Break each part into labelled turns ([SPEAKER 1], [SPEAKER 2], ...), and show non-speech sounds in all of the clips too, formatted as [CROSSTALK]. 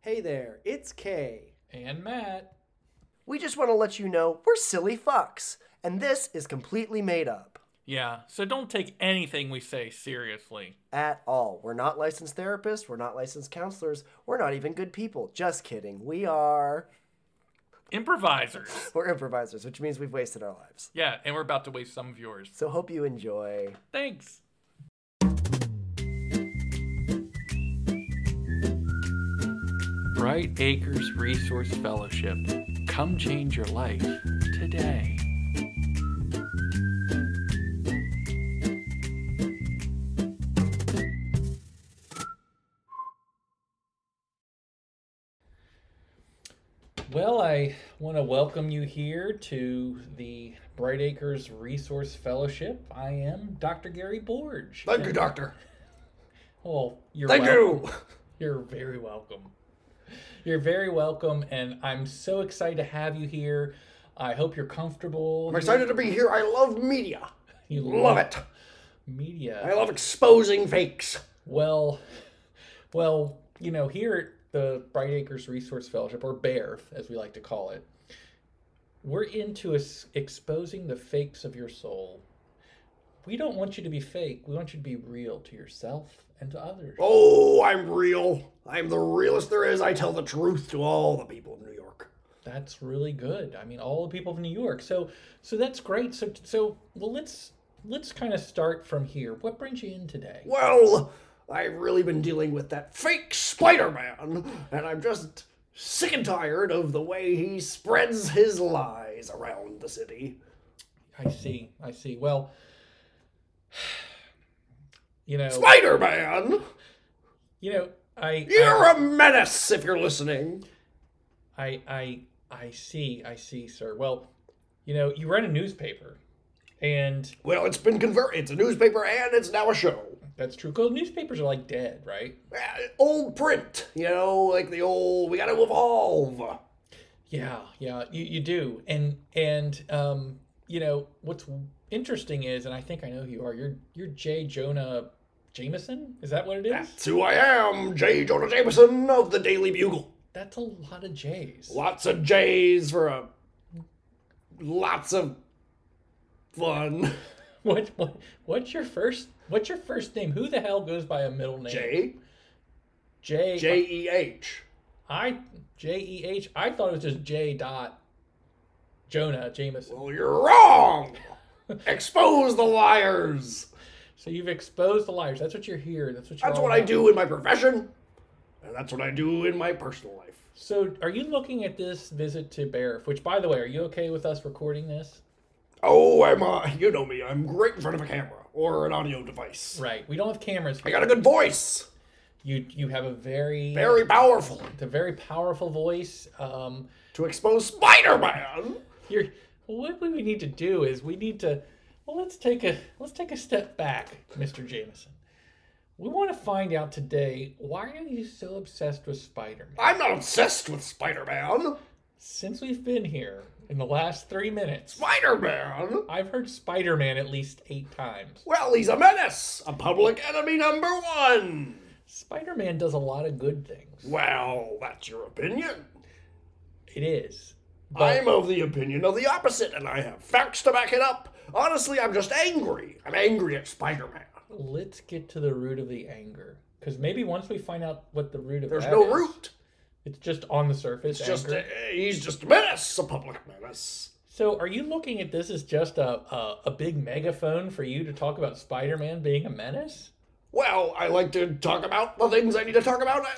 [SPEAKER 1] Hey there, it's Kay.
[SPEAKER 2] And Matt.
[SPEAKER 3] We just want to let you know we're silly fucks, and this is completely made up.
[SPEAKER 2] Yeah, so don't take anything we say seriously.
[SPEAKER 3] At all. We're not licensed therapists, we're not licensed counselors, we're not even good people. Just kidding. We are.
[SPEAKER 2] Improvisers.
[SPEAKER 3] We're improvisers, which means we've wasted our lives.
[SPEAKER 2] Yeah, and we're about to waste some of yours.
[SPEAKER 3] So hope you enjoy.
[SPEAKER 2] Thanks. Bright Acres Resource Fellowship. Come change your life today. Well, I want to welcome you here to the Bright Acres Resource Fellowship. I am Dr. Gary Borge.
[SPEAKER 1] Thank you, Doctor.
[SPEAKER 2] Well, you're
[SPEAKER 1] Thank
[SPEAKER 2] welcome.
[SPEAKER 1] you.
[SPEAKER 2] You're very welcome. You're very welcome, and I'm so excited to have you here. I hope you're comfortable.
[SPEAKER 1] I'm excited to be here. I love media.
[SPEAKER 2] You
[SPEAKER 1] Love it.
[SPEAKER 2] Media.
[SPEAKER 1] I love exposing fakes.
[SPEAKER 2] Well, well, you know, here at the Bright Acres Resource Fellowship, or BARF, as we like to call it, we're into es- exposing the fakes of your soul. We don't want you to be fake. We want you to be real to yourself and to others.
[SPEAKER 1] Oh, I'm real. I'm the realest there is. I tell the truth to all the people of New York.
[SPEAKER 2] That's really good. I mean, all the people of New York. So, so that's great. So, so well, let's let's kind of start from here. What brings you in today?
[SPEAKER 1] Well, I've really been dealing with that fake Spider Man, and I'm just sick and tired of the way he spreads his lies around the city.
[SPEAKER 2] I see. I see. Well, [SIGHS] you know,
[SPEAKER 1] Spider Man!
[SPEAKER 2] you know, I,
[SPEAKER 1] You're a menace if you're listening.
[SPEAKER 2] I, I, I, I see. I see, sir. Well, you know, you run a newspaper, and
[SPEAKER 1] Well, it's been converted. It's a newspaper and it's now a show.
[SPEAKER 2] that's true. Because newspapers are like dead, right?
[SPEAKER 1] Uh, old print, you know, like the old, we gotta evolve.
[SPEAKER 2] Yeah, yeah, you, you do. And and um, you know, what's interesting is, and I think I know who you are, you're you're J. Jonah Jameson? Is that what it is?
[SPEAKER 1] That's who I am, J. Jonah Jameson of the Daily Bugle.
[SPEAKER 2] That's a lot of J's.
[SPEAKER 1] Lots of J's for a. Lots of fun.
[SPEAKER 2] [LAUGHS] What what what's your first what's your first name? Who the hell goes by a middle name?
[SPEAKER 1] J.
[SPEAKER 2] J
[SPEAKER 1] J. E. H.
[SPEAKER 2] I J E H. I thought it was just J dot Jonah Jameson.
[SPEAKER 1] Well, you're wrong! Expose the liars!
[SPEAKER 2] So you've exposed the liars. That's what you're here. That's what you're
[SPEAKER 1] That's
[SPEAKER 2] all
[SPEAKER 1] what I
[SPEAKER 2] about.
[SPEAKER 1] do in my profession, and that's what I do in my personal life.
[SPEAKER 2] So are you looking at this visit to Barif, which by the way, are you okay with us recording this?
[SPEAKER 1] Oh, I'm, uh, you know me, I'm great in front of a camera or an audio device.
[SPEAKER 2] Right. We don't have cameras.
[SPEAKER 1] I got a good voice.
[SPEAKER 2] You you have a very
[SPEAKER 1] Very powerful.
[SPEAKER 2] it's a very powerful voice. Um,
[SPEAKER 1] To expose Spider Man.
[SPEAKER 2] you're what we need to do is we need to well let's take a let's take a step back, Mr. Jameson. We want to find out today why are you so obsessed with Spider-Man?
[SPEAKER 1] I'm not obsessed with Spider Man.
[SPEAKER 2] Since we've been here in the last three minutes,
[SPEAKER 1] Spider Man?
[SPEAKER 2] I've heard Spider-Man at least eight times.
[SPEAKER 1] Well, he's a menace. A public enemy number one.
[SPEAKER 2] Spider-Man does a lot of good things.
[SPEAKER 1] Well, that's your opinion.
[SPEAKER 2] It is.
[SPEAKER 1] I'm of the opinion of the opposite, and I have facts to back it up. Honestly, I'm just angry. I'm angry at Spider Man.
[SPEAKER 2] Let's get to the root of the anger. Because maybe once we find out what the root of
[SPEAKER 1] There's
[SPEAKER 2] that
[SPEAKER 1] no
[SPEAKER 2] is,
[SPEAKER 1] root.
[SPEAKER 2] It's just on the surface.
[SPEAKER 1] It's just,
[SPEAKER 2] anger.
[SPEAKER 1] uh, he's just a menace, a public menace.
[SPEAKER 2] so, are you looking at this as just a, a a big megaphone for you to talk about Spider-Man being a menace?
[SPEAKER 1] Well, I like to talk about the things I need to talk about uh,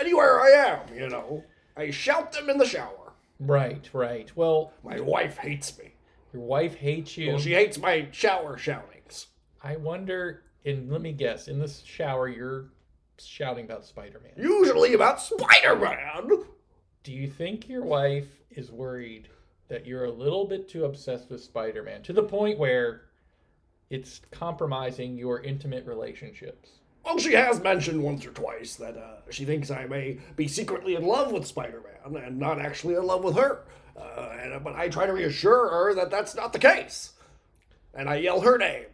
[SPEAKER 1] anywhere I am, you know. I shout them in the shower.
[SPEAKER 2] Right, right. Well,
[SPEAKER 1] My wife hates me.
[SPEAKER 2] your wife hates you.
[SPEAKER 1] Well, she hates my shower shoutings.
[SPEAKER 2] I wonder. And let me guess. In this shower, you're shouting about Spider-Man.
[SPEAKER 1] Usually about Spider Man.
[SPEAKER 2] Do you think your wife is worried that you're a little bit too obsessed with Spider-Man to the point where it's compromising your intimate relationships?
[SPEAKER 1] Well, she has mentioned once or twice that uh, she thinks I may be secretly in love with Spider Man and not actually in love with her. Uh, and, but I try to reassure her that that's not the case. And I yell her name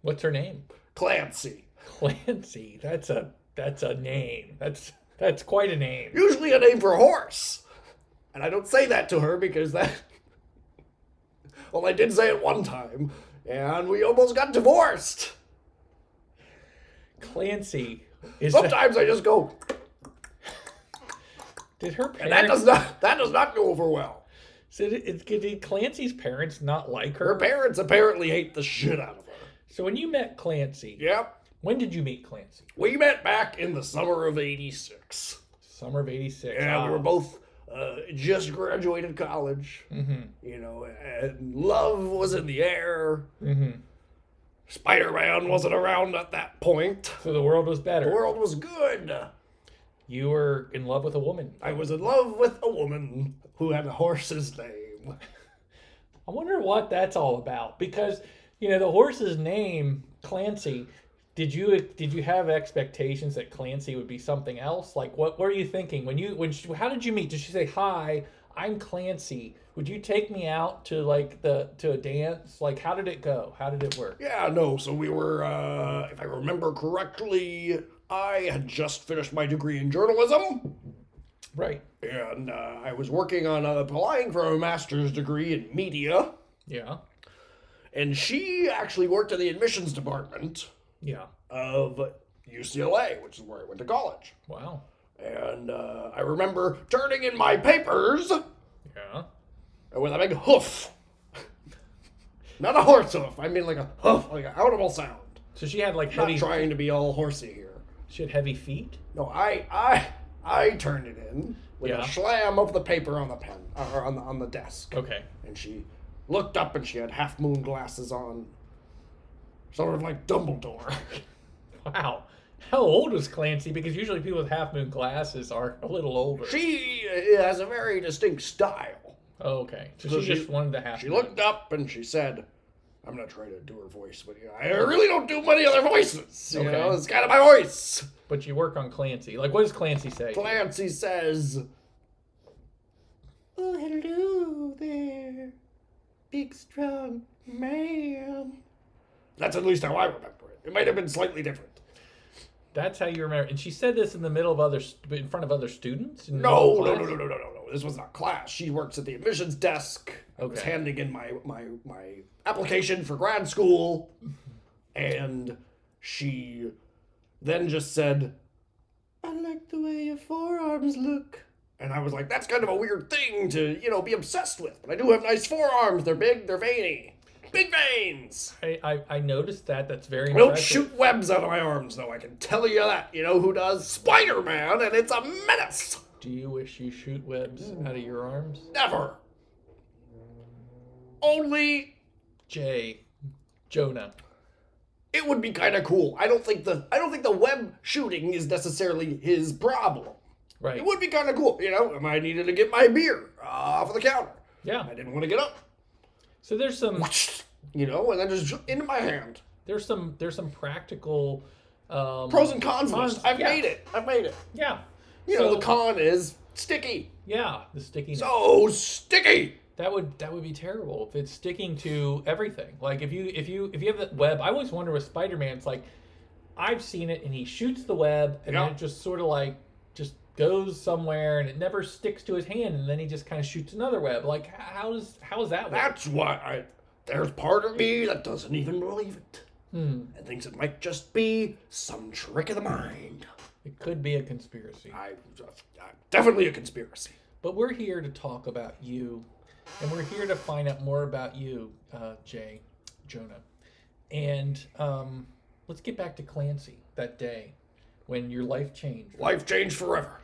[SPEAKER 2] What's her name?
[SPEAKER 1] Clancy.
[SPEAKER 2] Clancy. That's a that's a name. That's That's quite a name.
[SPEAKER 1] Usually a name for a horse. And I don't say that to her because that. [LAUGHS] Well, I did say it one time, and we almost got divorced.
[SPEAKER 2] Clancy. Is that,
[SPEAKER 1] Sometimes I just go,
[SPEAKER 2] did her
[SPEAKER 1] and that
[SPEAKER 2] parents?
[SPEAKER 1] does not that does not go over well.
[SPEAKER 2] Did, it- did Clancy's parents not like
[SPEAKER 1] Her
[SPEAKER 2] her?
[SPEAKER 1] parents apparently hate the shit out of her.
[SPEAKER 2] So when you met Clancy,
[SPEAKER 1] Yep.
[SPEAKER 2] when did you meet Clancy?
[SPEAKER 1] We met back in the summer of '86.
[SPEAKER 2] Summer of Ah, '86.
[SPEAKER 1] Yeah, we were both uh, just graduated college.
[SPEAKER 2] Mm-hmm.
[SPEAKER 1] you know, and love was in the air.
[SPEAKER 2] Mm-hmm.
[SPEAKER 1] Spider Man wasn't around at that point.
[SPEAKER 2] So the world was better.
[SPEAKER 1] The world was good.
[SPEAKER 2] You were in love with a woman.
[SPEAKER 1] I was in love with a woman who had a horse's name.
[SPEAKER 2] I wonder what that's all about because you know the horse's name Clancy. Did you did you have expectations that Clancy would be something else? Like what were you thinking when you when she, how did you meet? Did she say hi? I'm Clancy. Would you take me out to like the to a dance? Like how did it go? How did it work?
[SPEAKER 1] Yeah, no, so we were, uh, if I remember correctly, I had just finished my degree in journalism,
[SPEAKER 2] Right.
[SPEAKER 1] and uh, I was working on uh, applying for a master's degree in media,
[SPEAKER 2] Yeah.
[SPEAKER 1] and she actually worked in the admissions department
[SPEAKER 2] Yeah.
[SPEAKER 1] of UCLA, which is where I went to college.
[SPEAKER 2] Wow.
[SPEAKER 1] And uh, I remember turning in my papers
[SPEAKER 2] Yeah.
[SPEAKER 1] with a big hoof. [LAUGHS] Not a horse hoof, I mean like a hoof, like an audible sound.
[SPEAKER 2] So she had like
[SPEAKER 1] Not
[SPEAKER 2] heavy
[SPEAKER 1] trying to be all horsey here.
[SPEAKER 2] she had heavy feet.
[SPEAKER 1] No, I I I turned it in with
[SPEAKER 2] Yeah.
[SPEAKER 1] a slam of the paper on the pen or on the, on the desk.
[SPEAKER 2] Okay.
[SPEAKER 1] And she looked up and she had half moon glasses on. Sort of like Dumbledore. [LAUGHS]
[SPEAKER 2] Wow. How old was Clancy? Because usually people with half moon glasses are a little older.
[SPEAKER 1] she uh, has a very distinct style.
[SPEAKER 2] Oh, okay. So,
[SPEAKER 1] So
[SPEAKER 2] she,
[SPEAKER 1] she-
[SPEAKER 2] just wanted to have.
[SPEAKER 1] She looked up and she said, I'm not trying to do her voice, but you know, I really don't do many other voices. You
[SPEAKER 2] Okay.
[SPEAKER 1] know, it's kind of my voice.
[SPEAKER 2] But you work on Clancy. Like, what does Clancy say?
[SPEAKER 1] Clancy says, Oh, hello there, big strong man. That's at least how I remember it. It might have been slightly different.
[SPEAKER 2] That's how you remember. And she said this in the middle of other, st- in front of other students. in
[SPEAKER 1] No,
[SPEAKER 2] the
[SPEAKER 1] no,
[SPEAKER 2] class?
[SPEAKER 1] no, no, no, no, no, no. This was not class. She works at the admissions desk. I was
[SPEAKER 2] Okay.
[SPEAKER 1] handing in my my my application for grad school, and she then just said, "I like the way your forearms look." And I was like, "That's kind of a weird thing to you know be obsessed with." But I do have nice forearms. They're big. They're veiny. Big veins.
[SPEAKER 2] I, I, I noticed that. That's very.
[SPEAKER 1] I don't
[SPEAKER 2] impressive.
[SPEAKER 1] shoot webs out of my arms, though. I can tell you that. You know who does? Spider Man, and it's a menace.
[SPEAKER 2] Do you wish you shoot webs out of your arms,
[SPEAKER 1] Never. Only
[SPEAKER 2] Jay, Jonah?
[SPEAKER 1] it would be kind of cool. I don't think the I don't think the web shooting is necessarily his problem.
[SPEAKER 2] Right.
[SPEAKER 1] It would be kind of cool, you know. I needed to get my beer uh, off of the counter.
[SPEAKER 2] Yeah.
[SPEAKER 1] I didn't want to get up, [SNIFFS]
[SPEAKER 2] So there's some
[SPEAKER 1] you know, and then just shoot into my hand.
[SPEAKER 2] there's some there's some practical. Um,
[SPEAKER 1] Pros and cons.
[SPEAKER 2] Cons,
[SPEAKER 1] list. I've
[SPEAKER 2] yeah.
[SPEAKER 1] made it. I've made it.
[SPEAKER 2] Yeah.
[SPEAKER 1] You know,
[SPEAKER 2] So-
[SPEAKER 1] the con is sticky.
[SPEAKER 2] Yeah. The stickiness.
[SPEAKER 1] So sticky.
[SPEAKER 2] That would that would be terrible if it's sticking to everything. Like if you if you if you have that web, I always wonder with Spider Man. It's like I've seen it, and he shoots the web, and
[SPEAKER 1] Yeah.
[SPEAKER 2] then it just sort of like just goes somewhere, and it never sticks to his hand, and then he just kind of shoots another web. Like h- how does how is that? Work?
[SPEAKER 1] That's why I. There's part of me that doesn't even believe it
[SPEAKER 2] Hmm.
[SPEAKER 1] and thinks it might just be some trick of the mind.
[SPEAKER 2] It could be a conspiracy.
[SPEAKER 1] I, I definitely a conspiracy.
[SPEAKER 2] But we're here to talk about you, and we're here to find out more about you, uh, Jay, Jonah. And um, let's get back to Clancy that day when your life changed.
[SPEAKER 1] Life changed forever.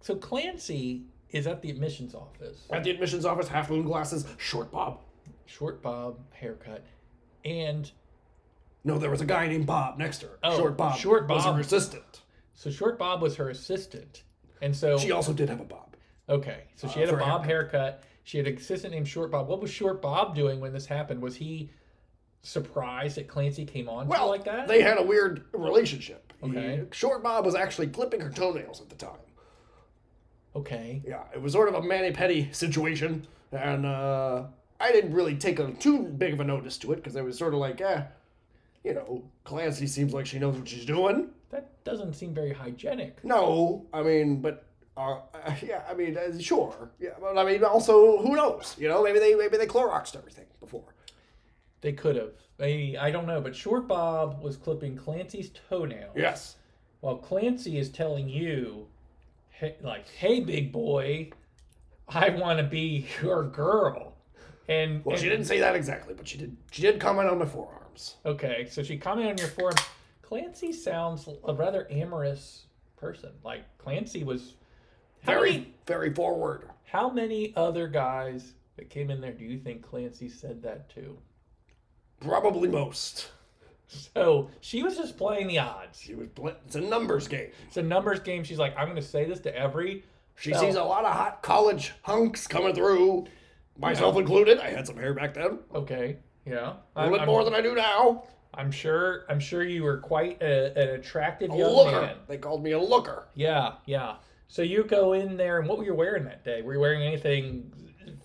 [SPEAKER 2] So Clancy is at the admissions office,
[SPEAKER 1] At the admissions office, half moon glasses, short bob.
[SPEAKER 2] short bob haircut, and
[SPEAKER 1] No, there was a guy named Bob next to her.
[SPEAKER 2] Oh,
[SPEAKER 1] short Bob.
[SPEAKER 2] Short
[SPEAKER 1] was
[SPEAKER 2] Bob.
[SPEAKER 1] her assistant.
[SPEAKER 2] so short bob was her assistant, and so
[SPEAKER 1] She also did have a Bob.
[SPEAKER 2] okay, so she had a
[SPEAKER 1] for a
[SPEAKER 2] bob haircut. She had an assistant named Short Bob. What was Short Bob doing when this happened? Was he surprised that Clancy came on to her
[SPEAKER 1] Well,
[SPEAKER 2] like that?
[SPEAKER 1] they had a weird relationship.
[SPEAKER 2] Okay.
[SPEAKER 1] He- short Bob was actually clipping her toenails at the time.
[SPEAKER 2] okay,
[SPEAKER 1] Yeah, it was sort of a mani pedi situation, and uh, I didn't really take a too big of a notice to it because I was sort of like, eh, you know, Clancy seems like she knows what she's doing.
[SPEAKER 2] That doesn't seem very hygienic.
[SPEAKER 1] No, I mean, but uh, [LAUGHS] yeah, I mean, uh, sure, yeah, but I mean, also, who knows? You know, maybe they maybe they Cloroxed everything before.
[SPEAKER 2] They could have. Maybe I don't know, but Short Bob was clipping Clancy's toenail.
[SPEAKER 1] Yes,
[SPEAKER 2] While Clancy is telling you, hey, like, hey, big boy, I want to be your girl. And,
[SPEAKER 1] well,
[SPEAKER 2] and-
[SPEAKER 1] she didn't say that exactly, but she did. She did comment on my forearms.
[SPEAKER 2] Okay, so she commented on your forum. Clancy sounds a rather amorous person. Like Clancy was. How
[SPEAKER 1] Very,
[SPEAKER 2] many,
[SPEAKER 1] very forward.
[SPEAKER 2] how many other guys that came in there do you think Clancy said that to? [LAUGHS]
[SPEAKER 1] Probably most.
[SPEAKER 2] So she was just playing the odds.
[SPEAKER 1] She was. bl- It's a numbers game.
[SPEAKER 2] It's a numbers game. She's like, I'm going to say this to every.
[SPEAKER 1] She
[SPEAKER 2] fella."
[SPEAKER 1] sees a lot of hot college hunks coming through, myself included. I had some hair back then,
[SPEAKER 2] Okay. Yeah.
[SPEAKER 1] a little bit
[SPEAKER 2] I'm,
[SPEAKER 1] more than I do now.
[SPEAKER 2] I'm sure. I'm sure you were quite a, an attractive
[SPEAKER 1] A
[SPEAKER 2] young
[SPEAKER 1] looker.
[SPEAKER 2] man.
[SPEAKER 1] They called me a looker.
[SPEAKER 2] Yeah, yeah. So you go in there, and what were you wearing that day? Were you wearing anything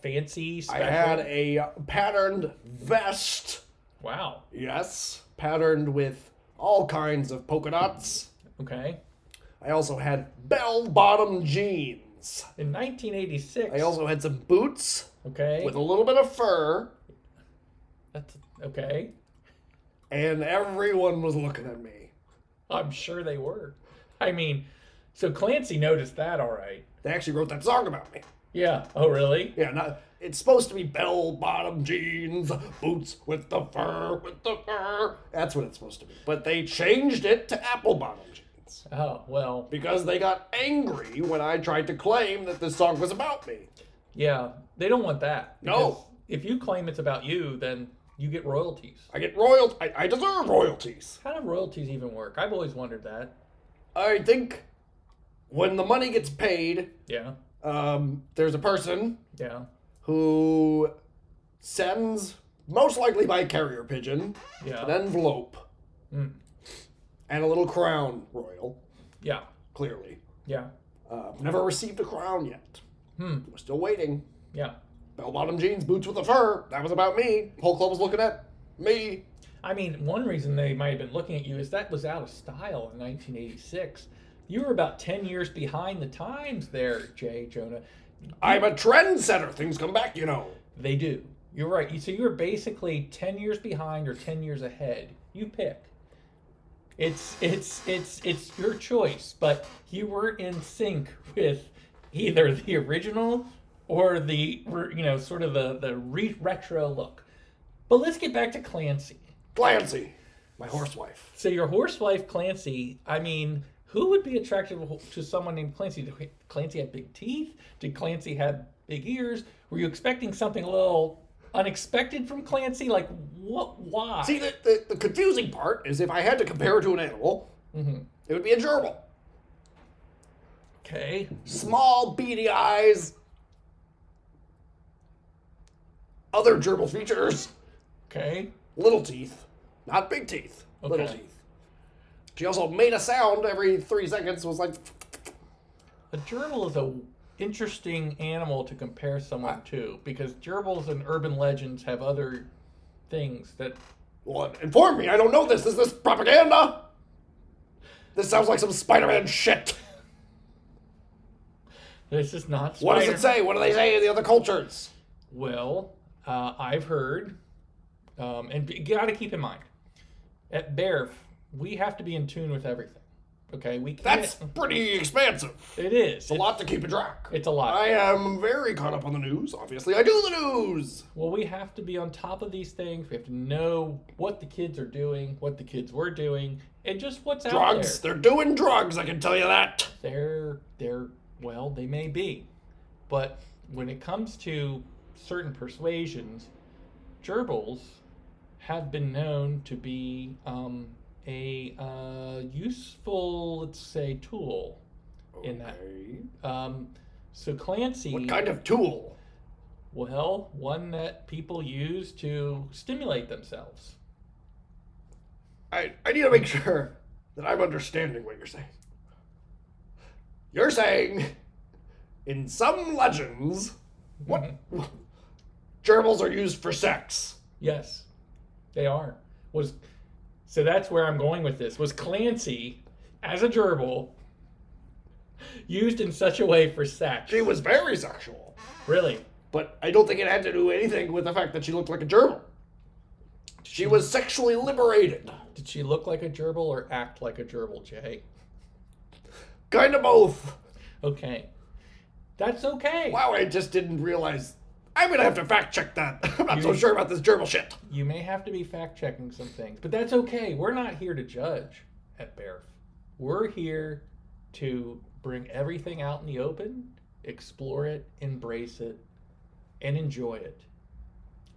[SPEAKER 2] fancy?
[SPEAKER 1] I
[SPEAKER 2] Special?
[SPEAKER 1] had a uh, patterned vest.
[SPEAKER 2] Wow.
[SPEAKER 1] Yes, patterned with all kinds of polka dots.
[SPEAKER 2] Okay.
[SPEAKER 1] I also had bell bottom jeans.
[SPEAKER 2] In 1986.
[SPEAKER 1] I also had some boots
[SPEAKER 2] okay.
[SPEAKER 1] with a little bit of fur,
[SPEAKER 2] That's okay.
[SPEAKER 1] and everyone was looking at me.
[SPEAKER 2] I'm sure they were. I mean, so Clancy noticed that, all right.
[SPEAKER 1] They actually wrote that song about me.
[SPEAKER 2] Yeah. Oh, really?
[SPEAKER 1] Yeah, not, it's supposed to be bell bottom jeans, boots with the fur, with the fur. That's what it's supposed to be. But they changed it to apple bottom jeans
[SPEAKER 2] Oh, well.
[SPEAKER 1] because they got angry when I tried to claim that this song was about me.
[SPEAKER 2] Yeah. They don't want that.
[SPEAKER 1] No.
[SPEAKER 2] because If you claim it's about you, then you get royalties.
[SPEAKER 1] I get royal. I, I deserve royalties.
[SPEAKER 2] How do royalties even work? I've always wondered that.
[SPEAKER 1] I think when the money gets paid,
[SPEAKER 2] Yeah.
[SPEAKER 1] um, there's a person
[SPEAKER 2] Yeah.
[SPEAKER 1] who sends, most likely by carrier pigeon,
[SPEAKER 2] Yeah.
[SPEAKER 1] an envelope and a little crown royal,
[SPEAKER 2] yeah.
[SPEAKER 1] clearly.
[SPEAKER 2] Yeah.
[SPEAKER 1] Uh, never received a crown yet. Hmm. We're still waiting.
[SPEAKER 2] Yeah.
[SPEAKER 1] Bell bottom jeans, boots with a fur. That was about me. Whole club was looking at me.
[SPEAKER 2] I mean, one reason they might have been looking at you is that was out of style in 1986. You were about 10 years behind the times there, Jay Jonah.
[SPEAKER 1] I'm a trendsetter. Things come back, you know.
[SPEAKER 2] They do. You're right. You- So you were basically 10 years behind or 10 years ahead. You pick. It's it's it's it's your choice, but you were in sync with either the original or the you know sort of the the re- retro look. But let's get back to Clancy.
[SPEAKER 1] Glancy, my horsewife.
[SPEAKER 2] So your horsewife Clancy, I mean, who would be attracted to someone named Clancy? Did Clancy have big teeth? Did Clancy have big ears? Were you expecting something a little unexpected from Clancy? Like what? Why?
[SPEAKER 1] See, the, the, the confusing part is if I had to compare her to an animal,
[SPEAKER 2] Mm-hmm.
[SPEAKER 1] it would be a gerbil.
[SPEAKER 2] okay.
[SPEAKER 1] Small, beady eyes, other gerbil features,
[SPEAKER 2] Okay.
[SPEAKER 1] little teeth, not big teeth, little
[SPEAKER 2] Okay.
[SPEAKER 1] teeth. She also made a sound every three seconds, was like,
[SPEAKER 2] A gerbil is a interesting animal to compare someone to because gerbils and urban legends have other things that
[SPEAKER 1] well, inform me, I don't know this. Is this propaganda? This sounds like some Spider Man shit.
[SPEAKER 2] this is not.
[SPEAKER 1] What does
[SPEAKER 2] Spider-
[SPEAKER 1] it say? What do they say in the other cultures?
[SPEAKER 2] Well, uh, I've heard, um, and you got to keep in mind, at Bear, we have to be in tune with everything. Okay, we can't.
[SPEAKER 1] That's pretty expansive.
[SPEAKER 2] it is.
[SPEAKER 1] A lot to keep a track.
[SPEAKER 2] It's a lot.
[SPEAKER 1] I am very caught up on the news. Obviously, I do the news.
[SPEAKER 2] well, we have to be on top of these things. We have to know what the kids are doing, what the kids were doing, and just what's out there.
[SPEAKER 1] Drugs. They're doing drugs. I can tell you that.
[SPEAKER 2] they're they're well they may be but when it comes to certain persuasions gerbils have been known to be um, a uh, useful let's say tool in that
[SPEAKER 1] Okay.
[SPEAKER 2] um, so clancy
[SPEAKER 1] What kind of tool?
[SPEAKER 2] well one that people use to stimulate themselves
[SPEAKER 1] I, I need to make sure that I'm understanding what you're saying. You're saying, in some legends, what
[SPEAKER 2] Mm-hmm.
[SPEAKER 1] gerbils are used for sex.
[SPEAKER 2] Yes, they are. Was so that's where I'm going with this. Was Clancy as a gerbil used in such a way for sex.
[SPEAKER 1] She was very sexual,
[SPEAKER 2] Really?
[SPEAKER 1] but I don't think it had to do anything with the fact that she looked like a gerbil. She was sexually liberated.
[SPEAKER 2] Did she look like a gerbil or act like a gerbil, Jay?
[SPEAKER 1] Kind of both.
[SPEAKER 2] Okay. That's okay.
[SPEAKER 1] Wow, I just didn't realize. I'm gonna have to fact check that. [LAUGHS] I'm not so sure about this gerbil shit.
[SPEAKER 2] You may have to be fact checking some things, but that's okay. We're not here to judge at Baref. We're here to bring everything out in the open, explore it, embrace it, and enjoy it.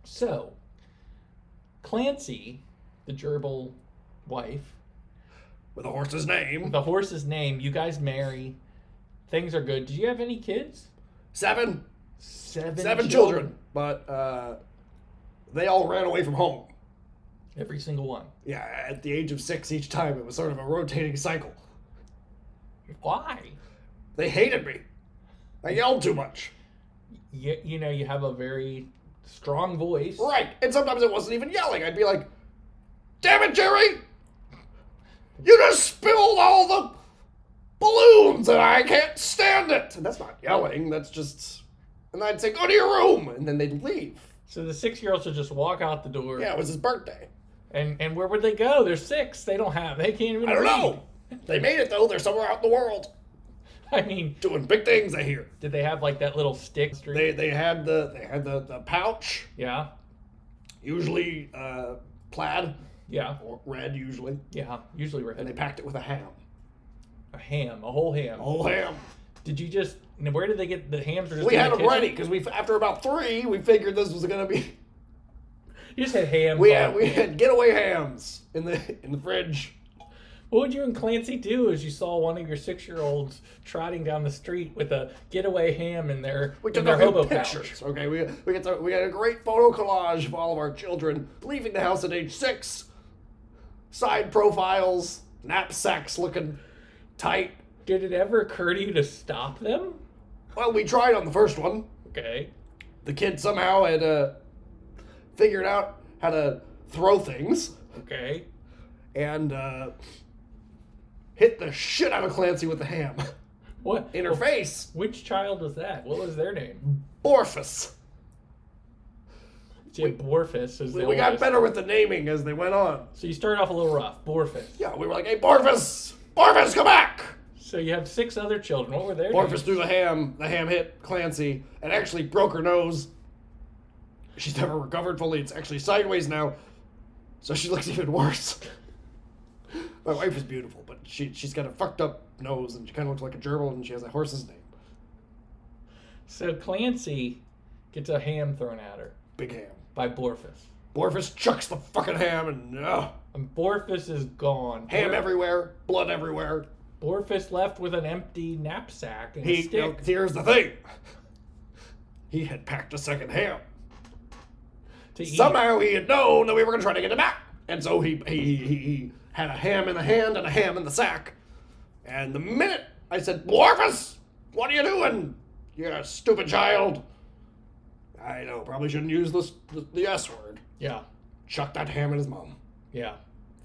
[SPEAKER 2] So, Clancy, the gerbil wife,
[SPEAKER 1] With a horse's name.
[SPEAKER 2] the horse's name, you guys marry. Things are good. Do you have any kids?
[SPEAKER 1] Seven.
[SPEAKER 2] Seven,
[SPEAKER 1] Seven children. But uh, they all ran away from home.
[SPEAKER 2] Every single one.
[SPEAKER 1] Yeah, at the age of six each time, it was sort of a rotating cycle.
[SPEAKER 2] Why?
[SPEAKER 1] They hated me. I yelled too much.
[SPEAKER 2] you, you know you have a very strong voice
[SPEAKER 1] Right, and sometimes it wasn't even yelling. I'd be like, "Damn it, Jerry! You just spilled all the balloons, and I can't stand it." And that's not yelling. That's just. And I'd say, "Go to your room," and then they'd leave.
[SPEAKER 2] so the six year olds would just walk out the door
[SPEAKER 1] Yeah, it was his birthday.
[SPEAKER 2] and and where would they go they're six they don't have they can't even
[SPEAKER 1] I don't
[SPEAKER 2] read.
[SPEAKER 1] know. They made it though. They're somewhere out in the world
[SPEAKER 2] [LAUGHS] i mean
[SPEAKER 1] doing big things. I hear.
[SPEAKER 2] did they have like that little stick street
[SPEAKER 1] They they had the they had the, the pouch
[SPEAKER 2] yeah
[SPEAKER 1] usually uh, plaid
[SPEAKER 2] yeah
[SPEAKER 1] or red usually,
[SPEAKER 2] yeah usually we're
[SPEAKER 1] and they
[SPEAKER 2] having
[SPEAKER 1] packed it with a ham.
[SPEAKER 2] a ham a whole ham
[SPEAKER 1] Whole ham.
[SPEAKER 2] did you just now where did they get the hams were just
[SPEAKER 1] We
[SPEAKER 2] in the
[SPEAKER 1] had them
[SPEAKER 2] kitchen?
[SPEAKER 1] ready because we after about three we figured this was gonna be [LAUGHS]
[SPEAKER 2] you just had ham
[SPEAKER 1] we
[SPEAKER 2] on.
[SPEAKER 1] had we had getaway hams in the in the fridge.
[SPEAKER 2] what would you and clancy do as you saw one of your six year olds trotting down the street with a getaway ham in their
[SPEAKER 1] We
[SPEAKER 2] in
[SPEAKER 1] took
[SPEAKER 2] their
[SPEAKER 1] a
[SPEAKER 2] hobo
[SPEAKER 1] few
[SPEAKER 2] pouch
[SPEAKER 1] pictures. Okay, we we get to, we had a great photo collage of all of our children leaving the house at age six. Side profiles, knapsacks looking tight.
[SPEAKER 2] did it ever occur to you to stop them
[SPEAKER 1] Well, we tried on the first one.
[SPEAKER 2] okay
[SPEAKER 1] The kid somehow had uh, figured out how to throw things
[SPEAKER 2] okay
[SPEAKER 1] and uh, hit the shit out of Clancy with the ham [LAUGHS]
[SPEAKER 2] What?
[SPEAKER 1] in her face.
[SPEAKER 2] Which child was that? What was their name?
[SPEAKER 1] Mm. Borfus.
[SPEAKER 2] See, Borfus is the
[SPEAKER 1] We got
[SPEAKER 2] oldest.
[SPEAKER 1] better with the naming as they went on.
[SPEAKER 2] So you start off a little rough, Borfus.
[SPEAKER 1] Yeah, we were like, hey, Borfus! Borfus, come back!
[SPEAKER 2] So you have six other children. What were their
[SPEAKER 1] Borfus
[SPEAKER 2] names?
[SPEAKER 1] threw the ham. The ham hit Clancy and actually broke her nose. She's never recovered fully. It's actually sideways now. So she [LAUGHS] looks even worse. My wife is beautiful, but she, she's got a fucked up nose and she kind of looks like a gerbil and she has a horse's name.
[SPEAKER 2] So Clancy gets a ham thrown at her
[SPEAKER 1] Big ham.
[SPEAKER 2] by Borfus.
[SPEAKER 1] Borfus chucks the fucking ham and ugh,
[SPEAKER 2] And Borfus is gone.
[SPEAKER 1] ham
[SPEAKER 2] Bor-
[SPEAKER 1] everywhere, blood everywhere.
[SPEAKER 2] Borfus left with an empty knapsack and a
[SPEAKER 1] He,
[SPEAKER 2] stick.
[SPEAKER 1] here's the thing. He had packed a second ham.
[SPEAKER 2] to eat.
[SPEAKER 1] Somehow he had known that we were going to try to get him back. And so he, he, he, he had a ham in the hand and a ham in the sack. And the minute I said, Morpheus, what are you doing? You're a stupid child. I know, probably shouldn't use this, the, the S word.
[SPEAKER 2] Yeah,
[SPEAKER 1] Chucked that ham at his mom.
[SPEAKER 2] yeah.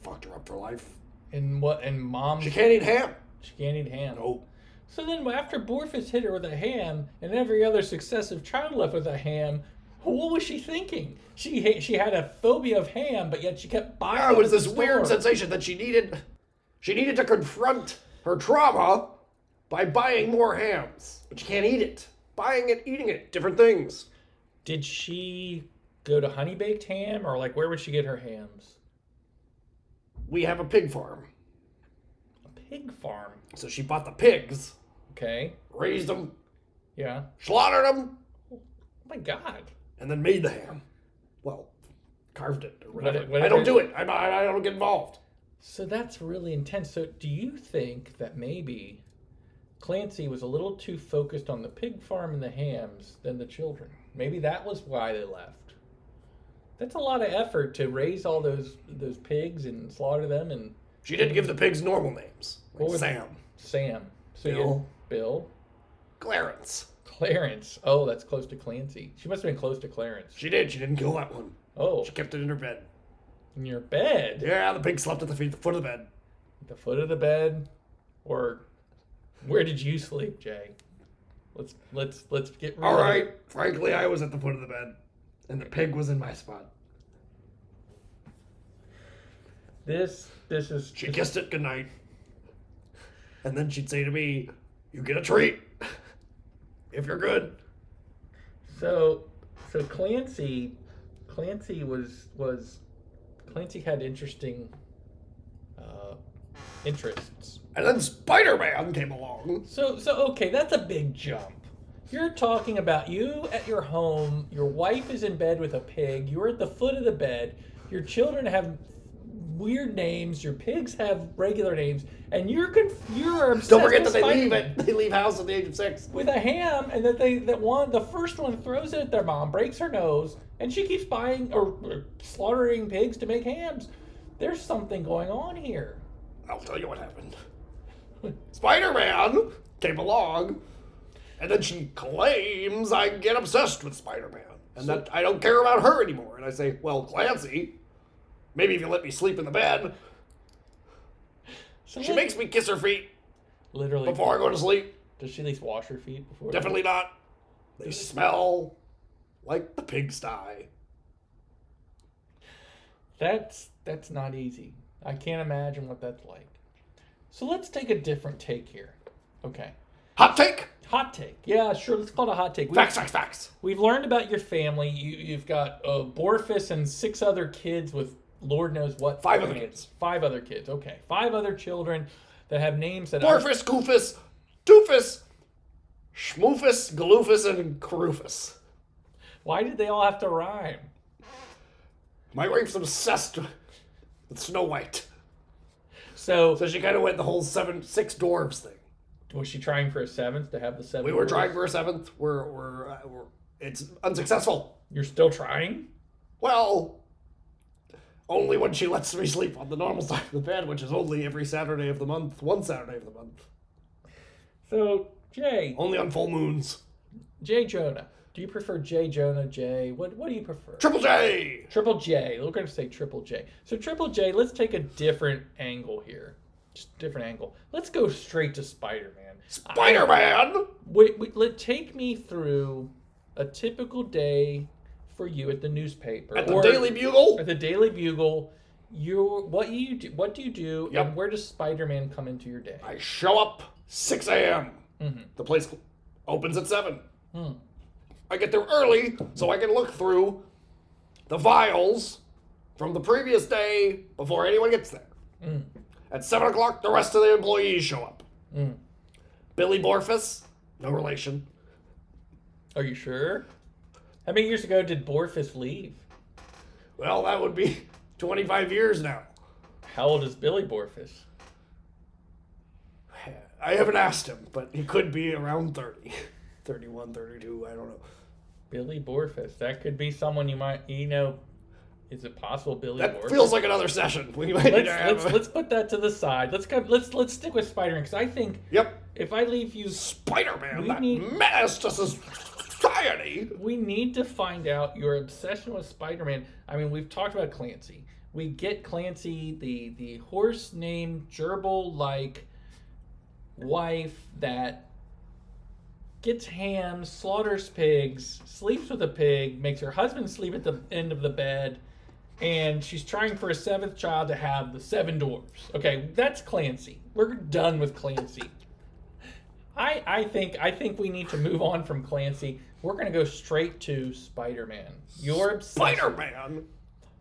[SPEAKER 1] Fucked her up for life.
[SPEAKER 2] And what? And mom,
[SPEAKER 1] She
[SPEAKER 2] she
[SPEAKER 1] can't eat ham. Oh,
[SPEAKER 2] can't eat ham.
[SPEAKER 1] No.
[SPEAKER 2] So then, after Borfus hit her with a ham, and every other successive child left with a ham, what was she thinking? She ha- she had a phobia of ham, but yet she kept buying.
[SPEAKER 1] It
[SPEAKER 2] it
[SPEAKER 1] was
[SPEAKER 2] at the
[SPEAKER 1] this weird
[SPEAKER 2] store.
[SPEAKER 1] sensation that she needed. She needed to confront her trauma by buying more hams, but she can't eat it. Buying it, eating it, different things.
[SPEAKER 2] Did she go to honey baked ham, or like where would she get her hams?
[SPEAKER 1] We have a pig farm,
[SPEAKER 2] A pig farm.
[SPEAKER 1] so she bought the pigs,
[SPEAKER 2] Okay.
[SPEAKER 1] raised them,
[SPEAKER 2] Yeah.
[SPEAKER 1] slaughtered them,
[SPEAKER 2] Oh my God.
[SPEAKER 1] and then made the ham. Well, carved it or whatever.
[SPEAKER 2] What- what-
[SPEAKER 1] I don't do it. I, I, I don't get involved.
[SPEAKER 2] So that's really intense. So do you think that maybe Clancy was a little too focused on the pig farm and the hams than the children? Maybe that was why they left. That's a lot of effort to raise all those those pigs and slaughter them and
[SPEAKER 1] She didn't give the pigs normal names. Like
[SPEAKER 2] What was-
[SPEAKER 1] Sam,
[SPEAKER 2] Sam. So you-
[SPEAKER 1] Bill.
[SPEAKER 2] Bill,
[SPEAKER 1] Clarence.
[SPEAKER 2] Clarence. Oh, that's close to Clancy. She must have been close to Clarence.
[SPEAKER 1] She did. She didn't kill that one.
[SPEAKER 2] Oh,
[SPEAKER 1] She kept it in her bed.
[SPEAKER 2] in your bed,
[SPEAKER 1] Yeah, the pig slept at the feet, the foot of the bed.
[SPEAKER 2] the foot of the bed. Or where did you sleep, Jay? Let's let's let's get real.
[SPEAKER 1] All right. Frankly, I was at the foot of the bed, and the pig was in my spot.
[SPEAKER 2] This this is
[SPEAKER 1] She kissed it goodnight. And then she'd say to me, You get a treat. If you're good.
[SPEAKER 2] So, so Clancy, Clancy was was Clancy had interesting uh, interests.
[SPEAKER 1] And then Spider Man came along.
[SPEAKER 2] So, so okay, that's a big jump. You're talking about you at your home. Your wife is in bed with a pig. You're at the foot of the bed. Your children have weird names. Your pigs have regular names, and you're conf- you're obsessed
[SPEAKER 1] Don't forget
[SPEAKER 2] with
[SPEAKER 1] that they leave
[SPEAKER 2] Spider-Man
[SPEAKER 1] it. They leave house at the age of six.
[SPEAKER 2] with a ham, and that they that one the first one throws it at their mom, breaks her nose, and she keeps buying or, or slaughtering pigs to make hams. There's something going on here.
[SPEAKER 1] I'll tell you what happened. Spider Man came along, and then she claims I get obsessed with Spider Man, and that I don't care about her anymore. And I say, Well, Clancy, maybe if you let me sleep in the bed.
[SPEAKER 2] So
[SPEAKER 1] She
[SPEAKER 2] like-
[SPEAKER 1] makes me kiss her feet
[SPEAKER 2] literally
[SPEAKER 1] before I go to sleep.
[SPEAKER 2] Does she at least wash her feet before?
[SPEAKER 1] Definitely not. They smell like the pigsty.
[SPEAKER 2] That's that's not easy. I can't imagine what that's like. So let's take a different take here. Okay.
[SPEAKER 1] Hot take!
[SPEAKER 2] Hot take. Yeah, sure. Let's call it a hot take. We-
[SPEAKER 1] Facts, facts, facts.
[SPEAKER 2] We've learned about your family. You, you've got uh, Borfus and six other kids with Lord knows what.
[SPEAKER 1] Five other
[SPEAKER 2] names.
[SPEAKER 1] kids.
[SPEAKER 2] Five other kids. Okay. Five other children that have names that. are
[SPEAKER 1] Morphus, Goofus, Doofus, Schmoofus, Galoofus, and Caroofus.
[SPEAKER 2] Why did they all have to rhyme?
[SPEAKER 1] My wife's obsessed with Snow White.
[SPEAKER 2] So,
[SPEAKER 1] So she kind of went the whole seven, six dwarves thing.
[SPEAKER 2] was she trying for a seventh to have the seven?
[SPEAKER 1] We were
[SPEAKER 2] words?
[SPEAKER 1] trying for a seventh. We're, we're, uh, we're it's unsuccessful.
[SPEAKER 2] You're still trying.
[SPEAKER 1] Well, only when she lets me sleep on the normal side of the bed, which is only every Saturday of the month, one Saturday of the month.
[SPEAKER 2] So Jay,
[SPEAKER 1] Only on full moons.
[SPEAKER 2] Jay Jonah. Do you prefer Jay Jonah, Jay? What What do you prefer?
[SPEAKER 1] Triple J!
[SPEAKER 2] Triple J. We're going to say Triple J. So Triple J. Let's take a different angle here. Just different angle. Let's go straight to Spider Man.
[SPEAKER 1] Spider Man!
[SPEAKER 2] Wait, wait, let take me through a typical day for you at the newspaper
[SPEAKER 1] At the
[SPEAKER 2] or
[SPEAKER 1] Daily Bugle?
[SPEAKER 2] at the Daily Bugle. You what you do? What do you do?
[SPEAKER 1] Yep.
[SPEAKER 2] And where does Spider Man come into your day?
[SPEAKER 1] I show up 6 a.m. The place cl- opens at 7. I get there early so I can look through the files from the previous day before anyone gets there. At 7 o'clock, the rest of the employees show up.
[SPEAKER 2] Hmm.
[SPEAKER 1] Billy Borfus, no relation.
[SPEAKER 2] Are you sure? How many years ago did Borfus leave?
[SPEAKER 1] Well, that would be [LAUGHS] 25 years now.
[SPEAKER 2] How old is Billy Borfus?
[SPEAKER 1] I haven't asked him, but he could be around [LAUGHS] 30. 31, 32, I don't know.
[SPEAKER 2] Billy Borfus. That could be someone you might you know. Is it possible Billy
[SPEAKER 1] That
[SPEAKER 2] Borfus?
[SPEAKER 1] feels like another session. We might need
[SPEAKER 2] let's
[SPEAKER 1] to have
[SPEAKER 2] let's,
[SPEAKER 1] a-
[SPEAKER 2] let's put that to the side. Let's go, let's let's stick with Spider Man because I think
[SPEAKER 1] Yep.
[SPEAKER 2] if I leave you,
[SPEAKER 1] Spider-Man,
[SPEAKER 2] We
[SPEAKER 1] that
[SPEAKER 2] need-
[SPEAKER 1] menace to society.
[SPEAKER 2] we need to find out your obsession with Spider Man. I mean, we've talked about Clancy. We get Clancy, the the horse named gerbil like wife that gets ham, slaughters pigs, sleeps with a pig, makes her husband sleep at the end of the bed, and she's trying for a seventh child to have the seven dwarfs. Okay, that's Clancy. We're done with Clancy. I I think I think we need to move on from Clancy. We're gonna go straight to Spider-Man. Your obsession.
[SPEAKER 1] Spider-Man,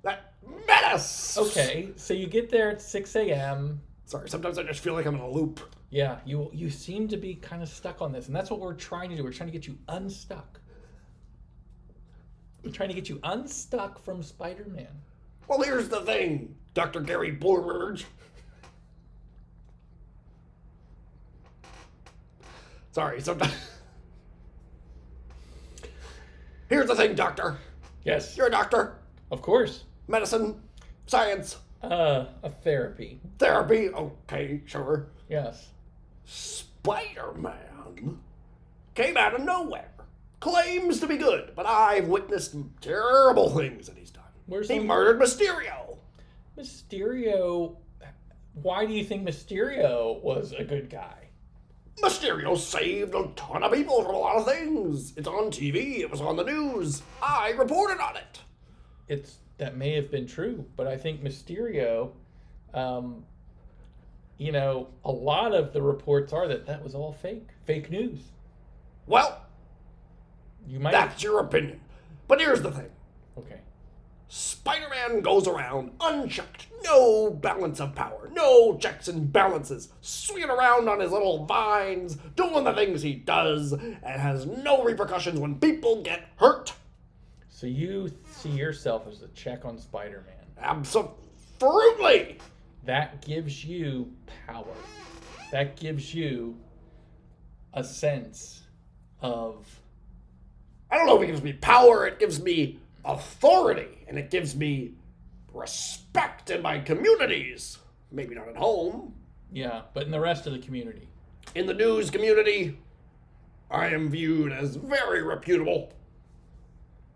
[SPEAKER 1] that menace.
[SPEAKER 2] Okay, so you get there at six a.m.
[SPEAKER 1] Sorry, sometimes I just feel like I'm in a loop.
[SPEAKER 2] Yeah, you you seem to be kind of stuck on this, and that's what we're trying to do. We're trying to get you unstuck. We're trying to get you unstuck from Spider-Man.
[SPEAKER 1] Well, here's the thing, Dr. Gary Borberg. Sorry, sometimes... Here's the thing, doctor.
[SPEAKER 2] Yes,
[SPEAKER 1] You're a doctor.
[SPEAKER 2] of course.
[SPEAKER 1] Medicine, science,
[SPEAKER 2] Uh, a therapy.
[SPEAKER 1] therapy. Okay, sure.
[SPEAKER 2] Yes.
[SPEAKER 1] Spider Man came out of nowhere. Claims to be good, but I've witnessed terrible things that he's done.
[SPEAKER 2] Where's
[SPEAKER 1] He
[SPEAKER 2] the-
[SPEAKER 1] murdered Mysterio.
[SPEAKER 2] Mysterio why do you think Mysterio was a good guy?
[SPEAKER 1] Mysterio saved a ton of people from a lot of things. It's on TV, it was on the news. I reported on it.
[SPEAKER 2] It's that may have been true, but I think Mysterio, um, you know, a lot of the reports are that that was all fake, fake news.
[SPEAKER 1] Well,
[SPEAKER 2] You might
[SPEAKER 1] that's your opinion. But here's the thing
[SPEAKER 2] okay.
[SPEAKER 1] Spider Man goes around unchecked, no balance of power, no checks and balances, swinging around on his little vines, doing the things he does, and has no repercussions when people get hurt.
[SPEAKER 2] So you see yourself as a check on Spider-Man.
[SPEAKER 1] Absolutely!
[SPEAKER 2] That gives you power. That gives you a sense of
[SPEAKER 1] I don't know if it gives me power, it gives me authority, and it gives me respect in my communities. Maybe not at home,
[SPEAKER 2] yeah, but in the rest of the community.
[SPEAKER 1] in the news community, I am viewed as very reputable.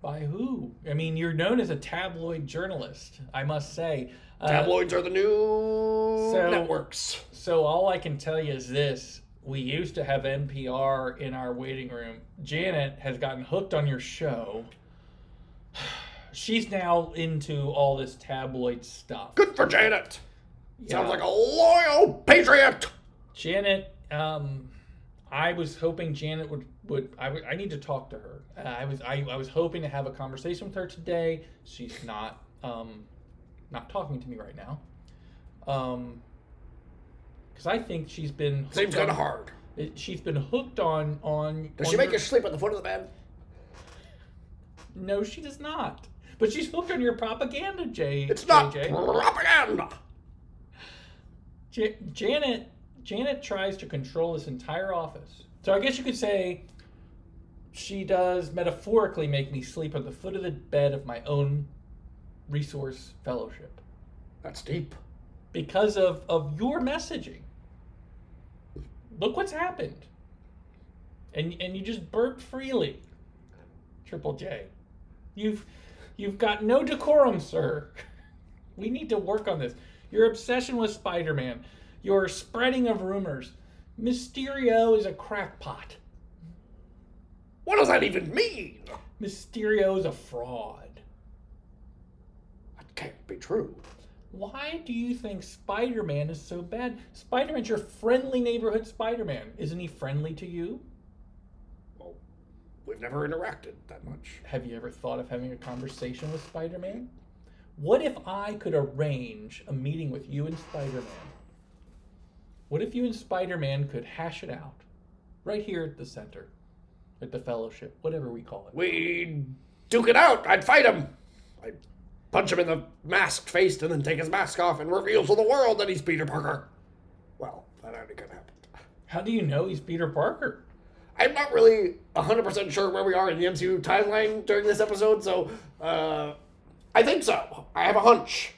[SPEAKER 2] By who? I mean, you're known as a tabloid journalist, I must say. Uh,
[SPEAKER 1] Tabloids are the new
[SPEAKER 2] So-
[SPEAKER 1] networks. [LAUGHS]
[SPEAKER 2] So all I can tell you is this. We used to have NPR in our waiting room. Janet has gotten hooked on your show. [SIGHS] She's now into all this tabloid stuff.
[SPEAKER 1] Good for Janet.
[SPEAKER 2] Yeah.
[SPEAKER 1] Sounds like a loyal patriot.
[SPEAKER 2] Janet, um, I was hoping Janet would would I, would- I need to talk to her. Uh, I was I, I was hoping to have a conversation with her today. She's not um, not talking to me right now. Um, because I think she's been hooked
[SPEAKER 1] Seems kind
[SPEAKER 2] on-
[SPEAKER 1] of hard.
[SPEAKER 2] it- she's been hooked on on.
[SPEAKER 1] Does
[SPEAKER 2] on
[SPEAKER 1] she make
[SPEAKER 2] your-
[SPEAKER 1] you sleep at the foot of the bed?
[SPEAKER 2] No, she does not. But she's hooked on your propaganda, Jay.
[SPEAKER 1] It's not
[SPEAKER 2] JJ.
[SPEAKER 1] propaganda.
[SPEAKER 2] J- Janet Janet tries to control this entire office. So I guess you could say she does metaphorically make me sleep at the foot of the bed of my own resource fellowship
[SPEAKER 1] That's deep.
[SPEAKER 2] because of of your messaging. Look what's happened. And and you just burped freely. Triple J. You've you've got no decorum, sir. We need to work on this. Your obsession with Spider-Man, your spreading of rumors. Mysterio is a crackpot.
[SPEAKER 1] What does that even mean?
[SPEAKER 2] Mysterio is a fraud.
[SPEAKER 1] That can't be true.
[SPEAKER 2] Why do you think Spider-Man is so bad? Spider-Man's your friendly neighborhood Spider-Man. Isn't he friendly to you?
[SPEAKER 1] Well, we've never interacted that much.
[SPEAKER 2] Have you ever thought of having a conversation with Spider Man? What if I could arrange a meeting with you and Spider Man? What if you and Spider Man could hash it out right here at the center, at the fellowship, whatever we call it?
[SPEAKER 1] We duke it out. I'd fight him. I'd punch him in the masked face and then take his mask off and reveal to the world that he's Peter Parker. Well, that already could happen.
[SPEAKER 2] How do you know he's Peter Parker?
[SPEAKER 1] I'm not really 100% sure where we are in the MCU timeline during this episode, so uh, I think so. I have a hunch.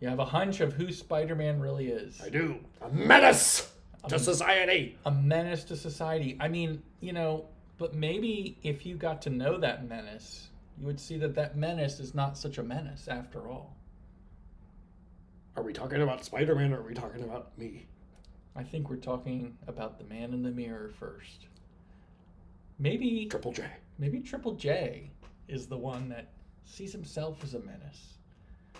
[SPEAKER 2] You have a hunch of who Spider Man really is
[SPEAKER 1] I do. A menace to society.
[SPEAKER 2] a menace to society. I mean, you know, but maybe if you got to know that menace, you would see that that menace is not such a menace after all.
[SPEAKER 1] Are we talking about Spider Man or are we talking about me?
[SPEAKER 2] I think we're talking about the man in the mirror first. Maybe
[SPEAKER 1] Triple J.
[SPEAKER 2] maybe Triple J is the one that sees himself as a menace.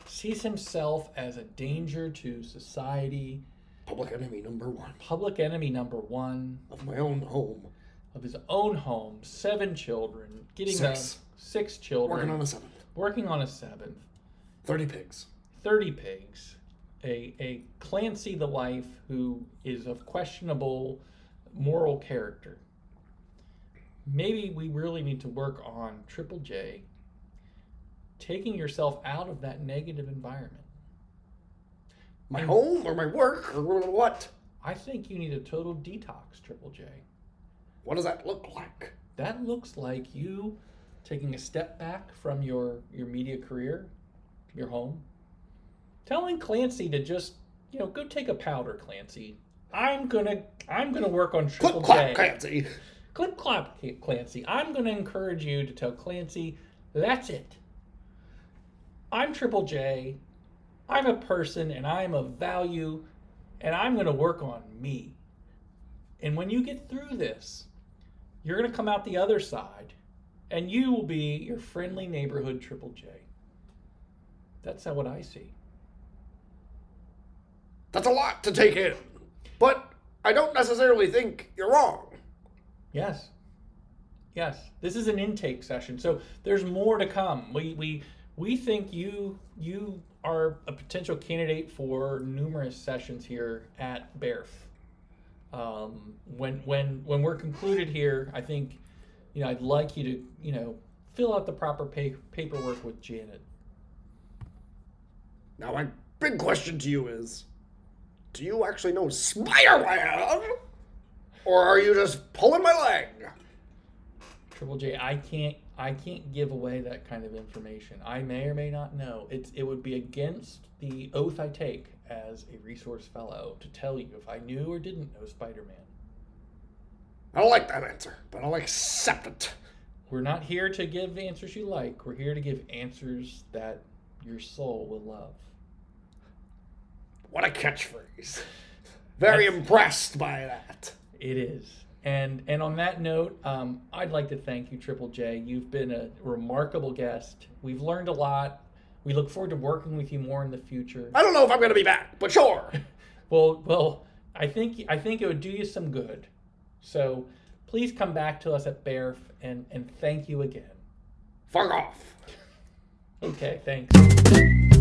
[SPEAKER 2] Sees himself as a danger to society,
[SPEAKER 1] Public enemy number one
[SPEAKER 2] public enemy number 1
[SPEAKER 1] of my own home.
[SPEAKER 2] of his own home, seven children, getting
[SPEAKER 1] Six.
[SPEAKER 2] a six children,
[SPEAKER 1] Working on a seventh.
[SPEAKER 2] working on a seventh,
[SPEAKER 1] 30 pigs.
[SPEAKER 2] 30 pigs, a, a Clancy the Life who is of questionable moral character. Maybe we really need to work on Triple J taking yourself out of that negative environment.
[SPEAKER 1] My home or my work or what?
[SPEAKER 2] I think you need a total detox, Triple J.
[SPEAKER 1] What does that look like?
[SPEAKER 2] That looks like you taking a step back from your, your media career, your home, telling Clancy to just, you know, go take a powder, Clancy. I'm gonna I'm gonna work on
[SPEAKER 1] Clip
[SPEAKER 2] Triple
[SPEAKER 1] clop,
[SPEAKER 2] J.
[SPEAKER 1] Clancy.
[SPEAKER 2] Clip clop, Cl- Clancy. I'm gonna encourage you to tell Clancy that's it. I'm Triple J. I'm a person and I'm of value and I'm going to work on me. And when you get through this, you're going to come out the other side and you will be your friendly neighborhood Triple J. That's how what I see.
[SPEAKER 1] That's a lot to take in. But I don't necessarily think you're wrong.
[SPEAKER 2] Yes. Yes. This is an intake session. So there's more to come. We we we think you you are a potential candidate for numerous sessions here at BEARF. Um, when when when we're concluded here, I think you know I'd like you to you know fill out the proper pa- paperwork with Janet.
[SPEAKER 1] Now, my big question to you is do you actually know Spider-Man? Or are you just pulling my leg?
[SPEAKER 2] Triple J, I can't I can't give away that kind of information. I may or may not know. It's it would be against the oath I take as a resource fellow to tell you if I knew or didn't know Spider-Man.
[SPEAKER 1] I don't like that answer, but I'll accept it.
[SPEAKER 2] We're not here to give answers you like. We're here to give answers that your soul will love.
[SPEAKER 1] What a catchphrase. Very
[SPEAKER 2] That's-
[SPEAKER 1] impressed by that.
[SPEAKER 2] It is. And and on that note, um, I'd like to thank you, Triple J. You've been a remarkable guest. We've learned a lot. We look forward to working with you more in the future.
[SPEAKER 1] I don't know if I'm going to be back, but sure.
[SPEAKER 2] Well, well, I think I think it would do you some good. So please come back to us at Bearf and and thank you again.
[SPEAKER 1] Fuck off.
[SPEAKER 2] Okay, thanks.